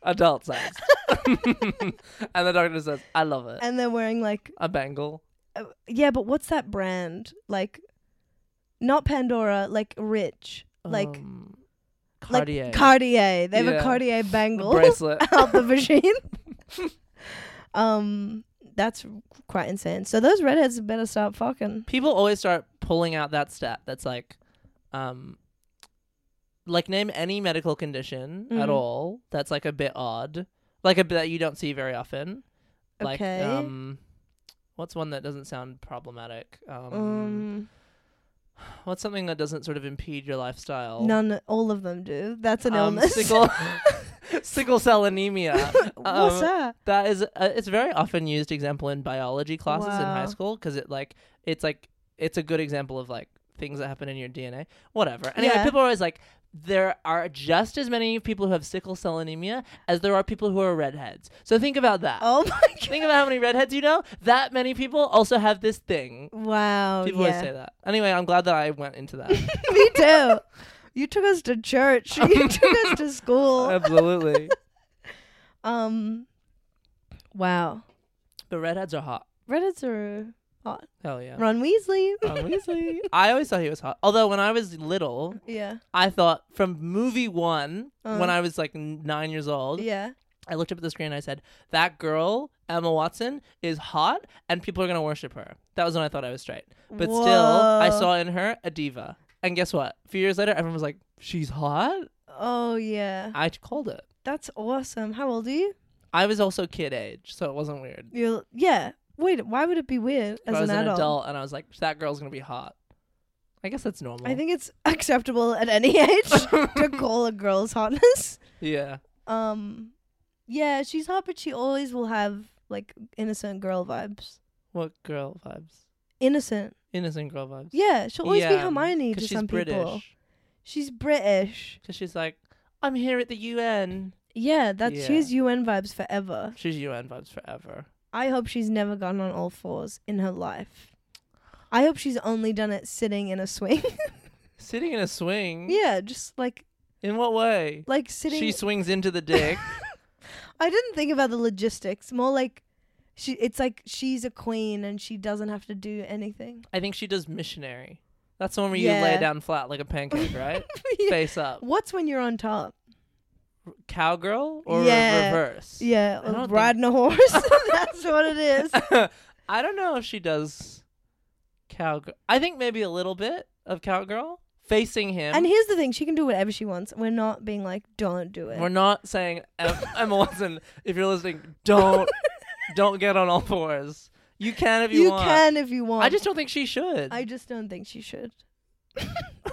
Adult size. and the doctor says, I love it. and they're wearing like a bangle. uh, yeah, but what's that brand like? Not Pandora, like Rich, like Um, Cartier. like Cartier. They have Yeah. a Cartier bangle bracelet. out the machine. um, that's quite insane. So those redheads better start fucking. People always start pulling out that stat that's like, um, like name any medical condition Mhm. at all that's like a bit odd, like a bit that you don't see very often. Like, Okay. um, what's one that doesn't sound problematic? Um, Um, what's something that doesn't sort of impede your lifestyle? none, all of them do. That's an oh. Um, illness. sickle, sickle cell anemia. What's Um, that? That is, uh, it's a very often used example in biology classes in high Wow. school because it like it's like it's a good example of like things that happen in your DNA. Whatever. Anyway, Yeah. people are always like, there are just as many people who have sickle cell anemia as there are people who are redheads. So think about that. Oh my Think about how many redheads you know. That many people also have this thing. god! Wow. People Oh, yeah. always say that. Anyway, I'm glad that I went into that. Um, Me too. You took us to church. You took us to school. Absolutely. Um, wow. But redheads are hot. Reddit's are hot. Hell yeah. Ron Weasley. Ron Weasley. I always thought he was hot. Although when I was little, yeah. I thought from movie one, when Uh. I was like n- nine years old, Yeah. I looked up at the screen and I said, That girl, Emma Watson, is hot and people are going to worship her. That was when I thought I was straight. But still, I Whoa. saw in her a diva. And guess what? A few years later, everyone was like, She's hot? Oh yeah. I called it. That's awesome. How old are you? I was also kid age, so it wasn't weird. You're yeah. Wait, why would it be weird But as I was an, adult? and I was like, That girl's going to be hot. I guess that's normal. I think it's acceptable at any age to call a girl's hotness. Yeah. Um, yeah, she's hot, but she always will have like innocent girl vibes. What girl vibes? Innocent. Innocent girl vibes. Yeah, she'll always be Yeah, Hermione 'cause to she's some people. British. She's British. Because she's like, I'm here at the UN. Yeah, that's Yeah. she has UN vibes forever. She's UN vibes forever. I hope she's never gone on all fours in her life. I hope she's only done it sitting in a swing. Mm-hmm. Sitting in a swing? yeah, just like In what way? like sitting. She swings into the dick. I didn't think about the logistics. More like she. It's like she's a queen and she doesn't have to do anything. I think she does missionary. That's the one where you lay Yeah. down flat like a pancake, right? Yeah. Face up. What's when you're on top? Cowgirl or re- Yeah. reverse? Yeah, I don't riding a horse. that's what it is. I don't know if she does cowgirl. I think maybe a little bit of cowgirl. Facing him. And here's the thing: she can do whatever she wants. We're not being like, don't do it. We're not saying Em- Emma Watson. If you're listening, don't don't get on all fours. You can if you, you want. can if you want. I just don't think she should. I just don't think she should.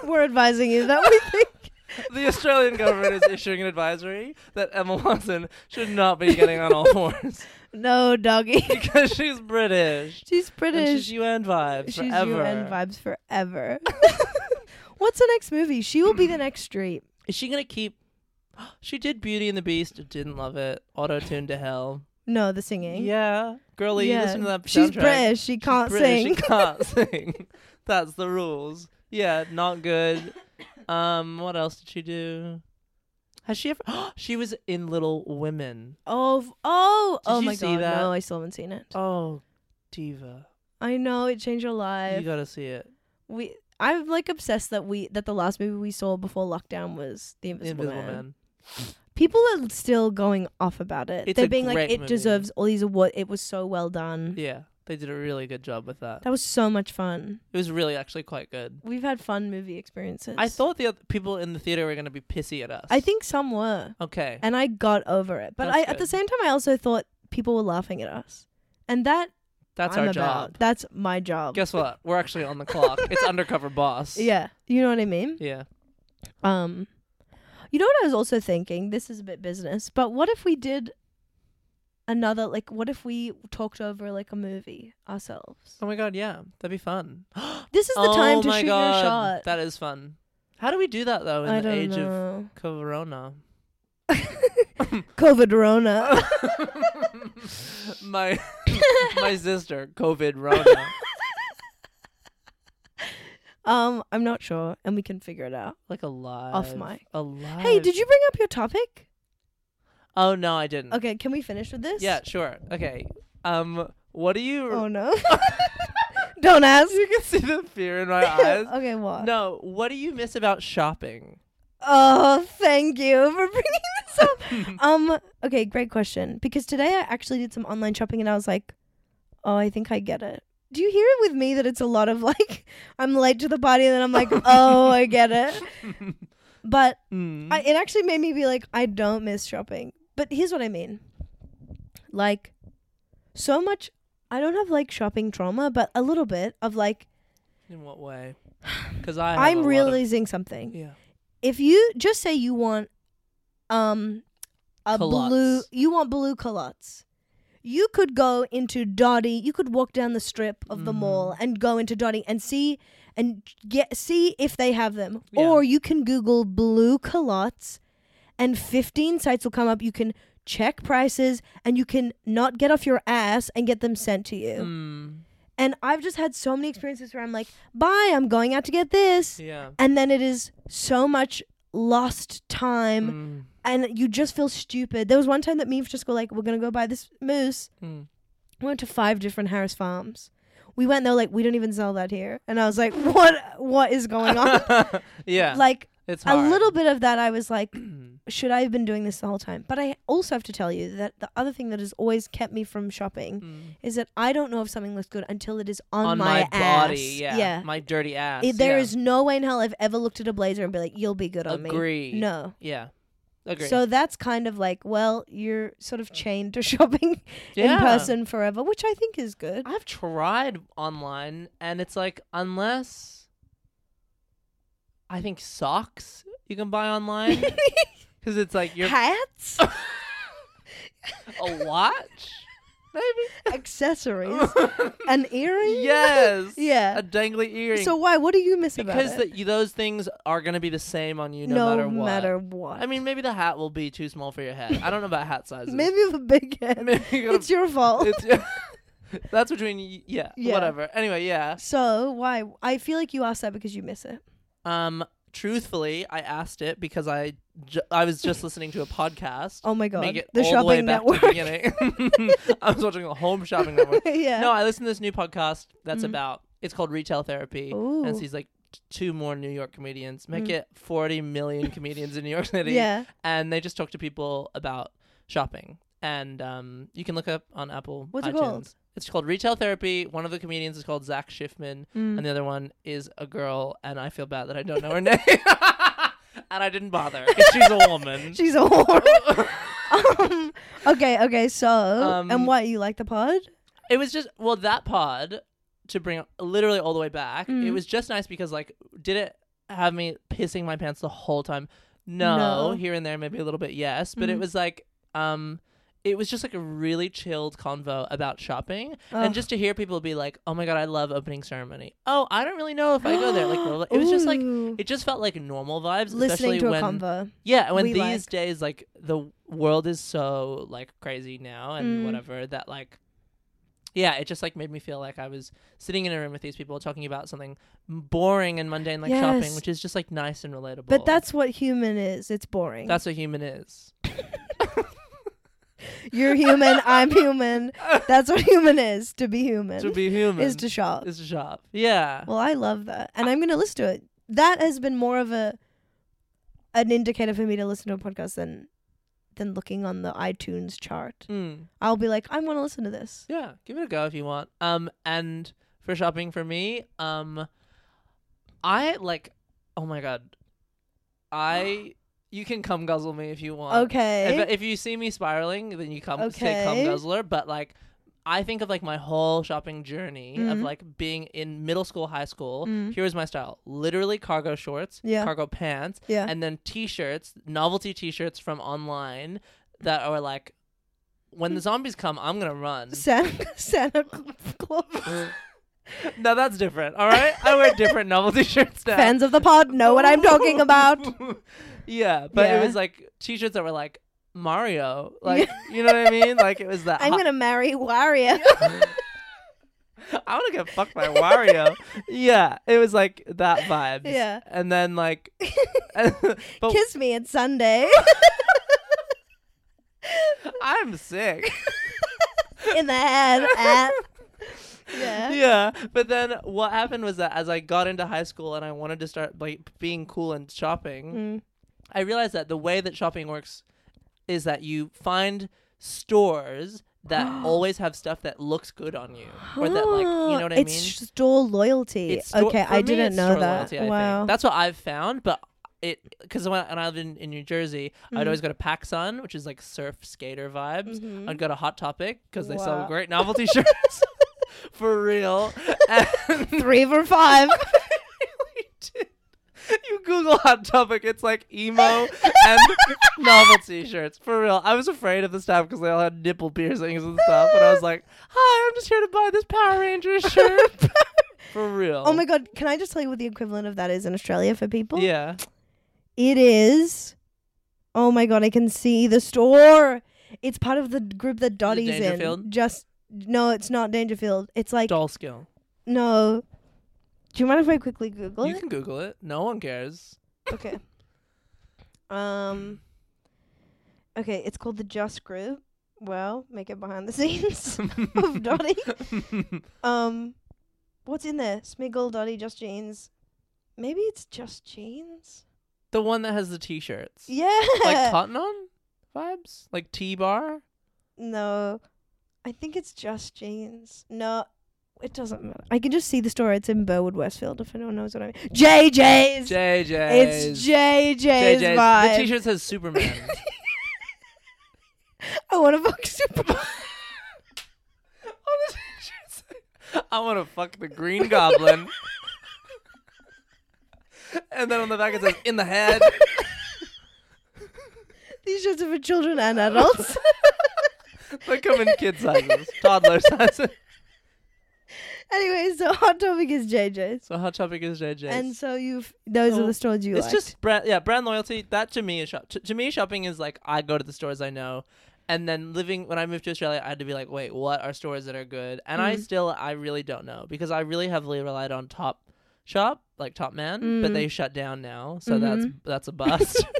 We're advising you that we think. the Australian government is issuing an advisory that Emma Watson should not be getting on all fours No, doggy. because she's British. She's And British. she's UN vibes She's forever. UN vibes forever. What's the next movie? She will be the next street. Is she gonna keep? She did Beauty and the Beast. Didn't love it. Auto tuned to hell. No, the singing. Yeah, girlie, you Yeah. listen to that. She's soundtrack. British. She can't British, sing. She can't sing. That's the rules. Yeah, not good. Um, what else did she do? Has she ever? she was in Little Women. Oh, f- oh, Did oh you my see god! that? No, I still haven't seen it. Oh, diva. I know it changed your life. You gotta see it. we, I'm like obsessed that we that the last movie we saw before lockdown was The The Invisible, Invisible Man. Man. People are still going off about it. It's They're a being like, great it movie. deserves all these awards. It was so well done. Yeah. They did a really good job with that. That was so much fun. It was really actually quite good. We've had fun movie experiences. I thought the other people in the theater were going to be pissy at us. I think some were, Okay. and I got over it. But That's I, at the good. same time, I also thought people were laughing at us, and that That's I'm our about. job. That's my job. Guess what? We're actually on the clock. It's undercover boss. yeah, you know what I mean. Yeah. Um, you know what I was also thinking? This is a bit business, but what if we did another? Like, what if we talked over like a movie ourselves? Oh my god, yeah. That'd be fun. This is the oh time to my shoot god. your shot. That is fun. How do we do that though in I the don't age of know. corona? COVID Rona. my my sister, COVID Rona. um, I'm not sure, and we can figure it out. Like a live. mic. A live. Hey, did you bring up your topic? Oh no, I didn't. Okay, can we finish with this? Yeah, sure. Okay. Um, what do you? Oh no. Don't ask. you can see the fear in Oh, my eyes. okay, what? No, what do you miss about shopping? Oh, thank you for bringing this up. um, okay, great question. Because today I actually did some online shopping and I was like, oh, I think I get it. Do you hear with me that it's a lot of like, I'm late to the party and then I'm like, oh, I get it. But Mm. I, it actually made me be like, I don't miss shopping. But here's what I mean. Like, so much, I don't have like shopping trauma, but a little bit of like, in what way? Because I. have a I'm lot of- realizing something. yeah. if you just say you want um a blue Culottes. you want blue culottes you could go into Dottie you could walk down the strip of the Mm-hmm. mall and go into Dottie and see and get see if they have them Yeah. or you can google blue culottes and 15 sites will come up you can check prices and you can not get off your ass and get them sent to you Mm. and i've just had so many experiences where i'm like bye i'm going out to get this Yeah. and then it is so much lost time Mm. and you just feel stupid there was one time that me and Francesco were like we're gonna go buy this moose Mm. we went to five different harris farms we went there like we don't even sell that here and i was like what what is going on yeah. like it's a hard. little bit of that i was like should i have been doing this the whole time but i also have to tell you that the other thing that has always kept me from shopping Mm. is that i don't know if something looks good until it is on, on, my, my, body. ass. Yeah. yeah My dirty ass. it, there yeah. is no way in hell I've ever looked at a blazer and be like, "You'll be good on Agree. me." No. Yeah. Agree. So that's kind of like, well, you're sort of chained to shopping in Uh. Yeah. person forever, which I think is good. I've tried online and it's like unless I think socks you can buy online cuz it's like you're Hats, a watch maybe accessories, an earring. yes Yeah. a dangly earring So why? What do you miss about because it? that you, those things are going to be the same on you no, matter what what. I mean maybe the hat will be too small for your head I don't know about hat sizes maybe you have a big head. Maybe you gotta- it's your fault. it's- that's between y- yeah, Yeah. whatever anyway yeah so why? I feel like you asked that because you miss it. Um, truthfully, I asked it because I ju- I was just listening to a podcast. Oh my god, Make it the all the way shopping back network. to the beginning. I was watching the Home Shopping Network. yeah. Mm-hmm. No, I listened to this new podcast that's about. It's called Retail Therapy, Ooh. Mm. and it's these like t- two more New York comedians. Make it forty million comedians in New York City. Yeah. and they just talk to people about shopping. And um, you can look up on Apple. What's it iTunes. called? It's called Retail Therapy. One of the comedians is called Zach Schiffman, and the other one is a girl. And I feel bad that I don't know her name, and I didn't bother 'cause she's a woman. She's a whore. um, okay, okay. So, and Um, what you like the pod? it was just well that pod to bring it literally all the way back. Mm. It was just nice because like did it have me pissing my pants the whole time? No, No. Mm. here and there maybe a little bit yes, but it was like um it was just like a really chilled convo about shopping and just to hear people be like, "Oh my god, I love opening ceremony." Oh, I don't really know if I go there. Like blah, blah. it was just like Ooh. it just felt like normal vibes, especially Listening to a when convo. yeah, and when we these like. days like the world is so like crazy now and Mm. whatever that like yeah, it just like made me feel like I was sitting in a room with these people talking about something boring and mundane like shopping, Yes. which is just like nice and relatable. But that's what human is. It's boring. that's what human is. You're human. I'm human. That's what human is. To be human. to be human Is to shop. is to shop. Yeah. well, I love that, and I'm gonna listen to it. That has been more of a an indicator for me to listen to a podcast than than looking on the iTunes chart. Mm. I'll be like, I want to listen to this. Yeah, give it a go if you want. Um, and for shopping for me, um, I like. Oh my god, I. You can come guzzle me if you want. Okay. If, if you see me spiraling, then you come say come Okay. guzzler. But like, I think of like my whole shopping journey of Mhm. like being in middle school, high school. Mm. Here was my style: literally cargo shorts, Yeah. cargo pants, Yeah. and then t-shirts, novelty t-shirts from online that are like, Mm-hmm. when the zombies come, I'm gonna run. Santa Santa Claus. No, that's different. All right, I wear different novelty shirts now. Fans of the pod know what I'm talking about. yeah, but Yeah. it was like t-shirts that were like Mario, like you know what I mean. Like it was that. I'm gonna marry Wario. I want to get fucked by Wario. yeah, it was like that vibes. Yeah. and then like, but Kiss me, it's Sunday. I'm sick. In the head. at- Yeah. yeah but then what happened was that as i got into high school and i wanted to start like being cool and Mm. shopping i realized that the way that shopping works is that you find stores that always have stuff that looks good on you or that like you know what i Uh, it's mean store loyalty. It's sto- okay, for I me, didn't it's know store that. loyalty, I think. wow. that's what I've found, but it because when, when I lived in, in New Jersey, Mm. I'd always go to PacSun, which is like surf skater vibes. I'd go to Hot Topic because they sell Mm-hmm. Wow. great novelty shirts for real. And Three for five. you Google Hot Topic, it's like emo and novelty shirts for real. I was afraid of the stuff because they all had nipple piercings and stuff, and I was like, "Hi, I'm just here to buy this Power Rangers shirt." For real. oh my god, can I just tell you what the equivalent of that is in Australia for people? Yeah. It is. Oh my god, I can see the store. It's part of the group that Dottie's in. Dangerfield? Just no, it's not Dangerfield. It's like Doll skill. no. Do you mind if I quickly Google You it? can Google it. No one cares. Okay. um. Okay, it's called the Just Group. Well, make it behind the scenes of Dottie. Um, what's in there? Smiggle, Dottie, Just Jeans. Maybe it's Just Jeans. the one that has the t-shirts. Yeah. Like cotton on vibes? Like T-bar? No, I think it's just jeans. No, it doesn't matter. I can just see the store. It's in Burwood, Westfield. If anyone knows what I mean, JJ's. JJ's. It's JJ's, JJ's. vibe. The t-shirt says Superman. I want to fuck Superman. On the t-shirt, I want to fuck the Green Goblin. and then on the back it says in the head. These shirts are for children and Oh. adults. They come in kid sizes, toddler sizes. anyway, so hot topic is JJ's, So hot topic is JJ's. and so you've those are Oh, the stores you it's liked. just brand yeah brand loyalty that to me is shop to, to me shopping is like i go to the stores i know and then living when i moved to australia i had to be like wait what are stores that are good and Mm-hmm. i still i really don't know because i really heavily relied on top shop like top man but Mm. they shut down now so that's Mm-hmm. that's a bust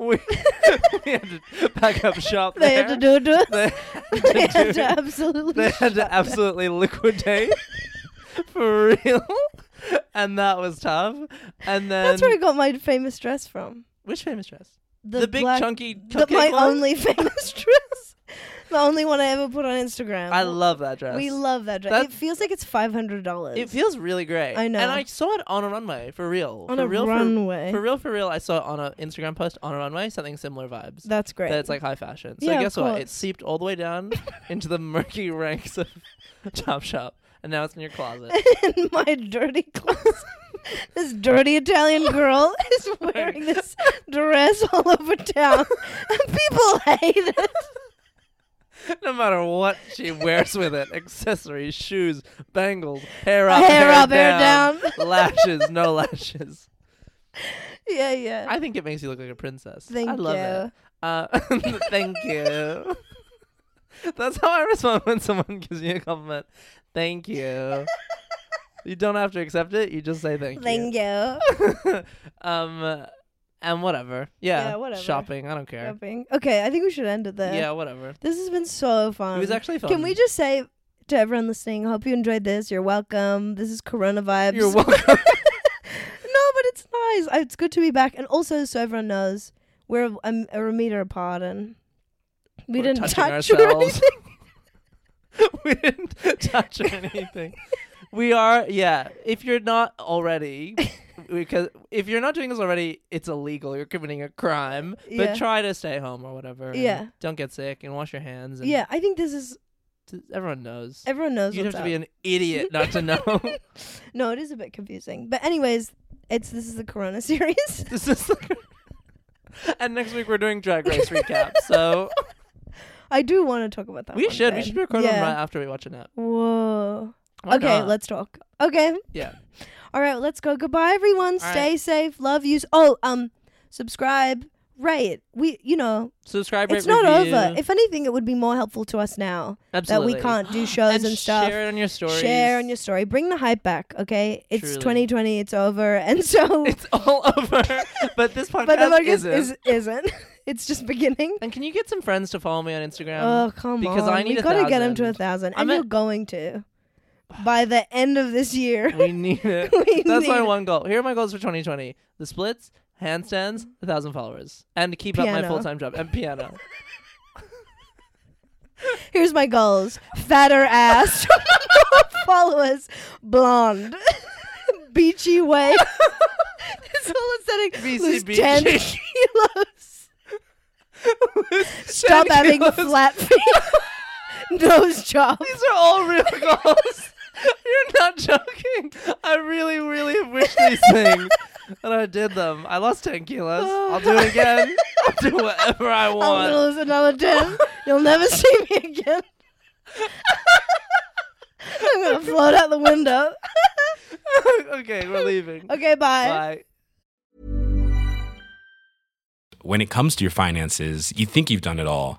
we, we had to pack up shop they there. had to do it to us. they had to They had do- to absolutely. they had to absolutely liquidate for real and that was tough and then That's where I got my famous dress from. which famous dress? The, The big black- chunky the, cupcake my one? only famous dress. The only one I ever put on Instagram. I love that dress. Uh, We love that dress. That- it feels like it's five hundred dollars. It feels really great. I know. And I saw it on a runway for real. On for a real, for- runway. For, real, for real. I saw it on an Instagram post on a runway. Something similar vibes. that's great. That it's like high fashion. So Yeah, of guess what? It course. seeped all the way down into the murky ranks of Topshop, and now it's in your closet. in my dirty closet. this dirty Italian girl is wearing this dress all over town. And people hate it. no matter what she wears with it, accessories, shoes, bangles, hair up, Hair up, hair down. lashes, no lashes. Yeah, yeah. I think it makes you look like a princess. Thank I love you. it. Uh, thank you. That's how I respond when someone gives me a compliment. Thank you. you don't have to accept it. You just say thank, Thank you. you. um, and whatever. Yeah. Yeah, whatever. Shopping. I don't care. Shopping. Okay, I think we should end it there. Yeah, whatever. This has been so fun. It was actually fun. Um, Can we just say to everyone listening, hope you enjoyed this. You're welcome. This is Corona Vibes. You're welcome. no, but it's nice. Uh, It's good to be back. And also, so everyone knows, We're a, a, a meter apart, and we We're didn't touching touch or ourselves. anything. we didn't touch or anything. we are, yeah. If you're not already, because if you're not doing this already, it's illegal. You're committing a crime. But Yeah. try to stay home or whatever. and Yeah. Don't get sick and wash your hands. And Yeah, I think this is. t- everyone knows. Everyone knows. You'd have what's to up. be an idiot not to know. no, it is a bit confusing. But anyways, it's this is the Corona series. this is. and next week we're doing Drag Race recap. So I do want to talk about that. we one should. day. We should record yeah. one right after we watch it. Whoa. Why okay, not? let's talk. Okay. Yeah. All right, let's go. Goodbye, everyone. Stay safe. Love you. Oh, um, subscribe. Rate. We, you know, Subscribe. it's rate, not review. over. If anything, it would be more helpful to us now Absolutely. that we can't do shows and, stuff. Share it on your stories. Share on your story. Bring the hype back, okay? It's Truly. 2020. It's over, and so It's all over. but this podcast, but the podcast isn't. is isn't. it's just beginning. and can you get some friends to follow me on Instagram? oh come Um, because on! I need we a gotta get him to a thousand. thousand, I'm and at- you're going to by the end of this year. we need it. We That's my need it. one goal. Here are my goals for 2020: the splits, handstands, a thousand followers, and to keep up my Piano. full time job and piano. Here's my goals: fatter ass, followers, blonde, beachy way. this whole aesthetic. BC lose beachy. ten kilos. Stop 10 having kilos. flat feet. Nose job. These are all real goals. You're not joking. I really, really wish these things. And I did them. I lost 10 kilos. Oh. I'll do it again. I'll do whatever I I'm gonna want. lose another ten. You'll never see me again. I'm gonna float out the window. okay, we're leaving. Okay, Bye. When it comes to your finances, you think you've done it all.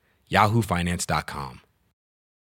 yahoofinance.com.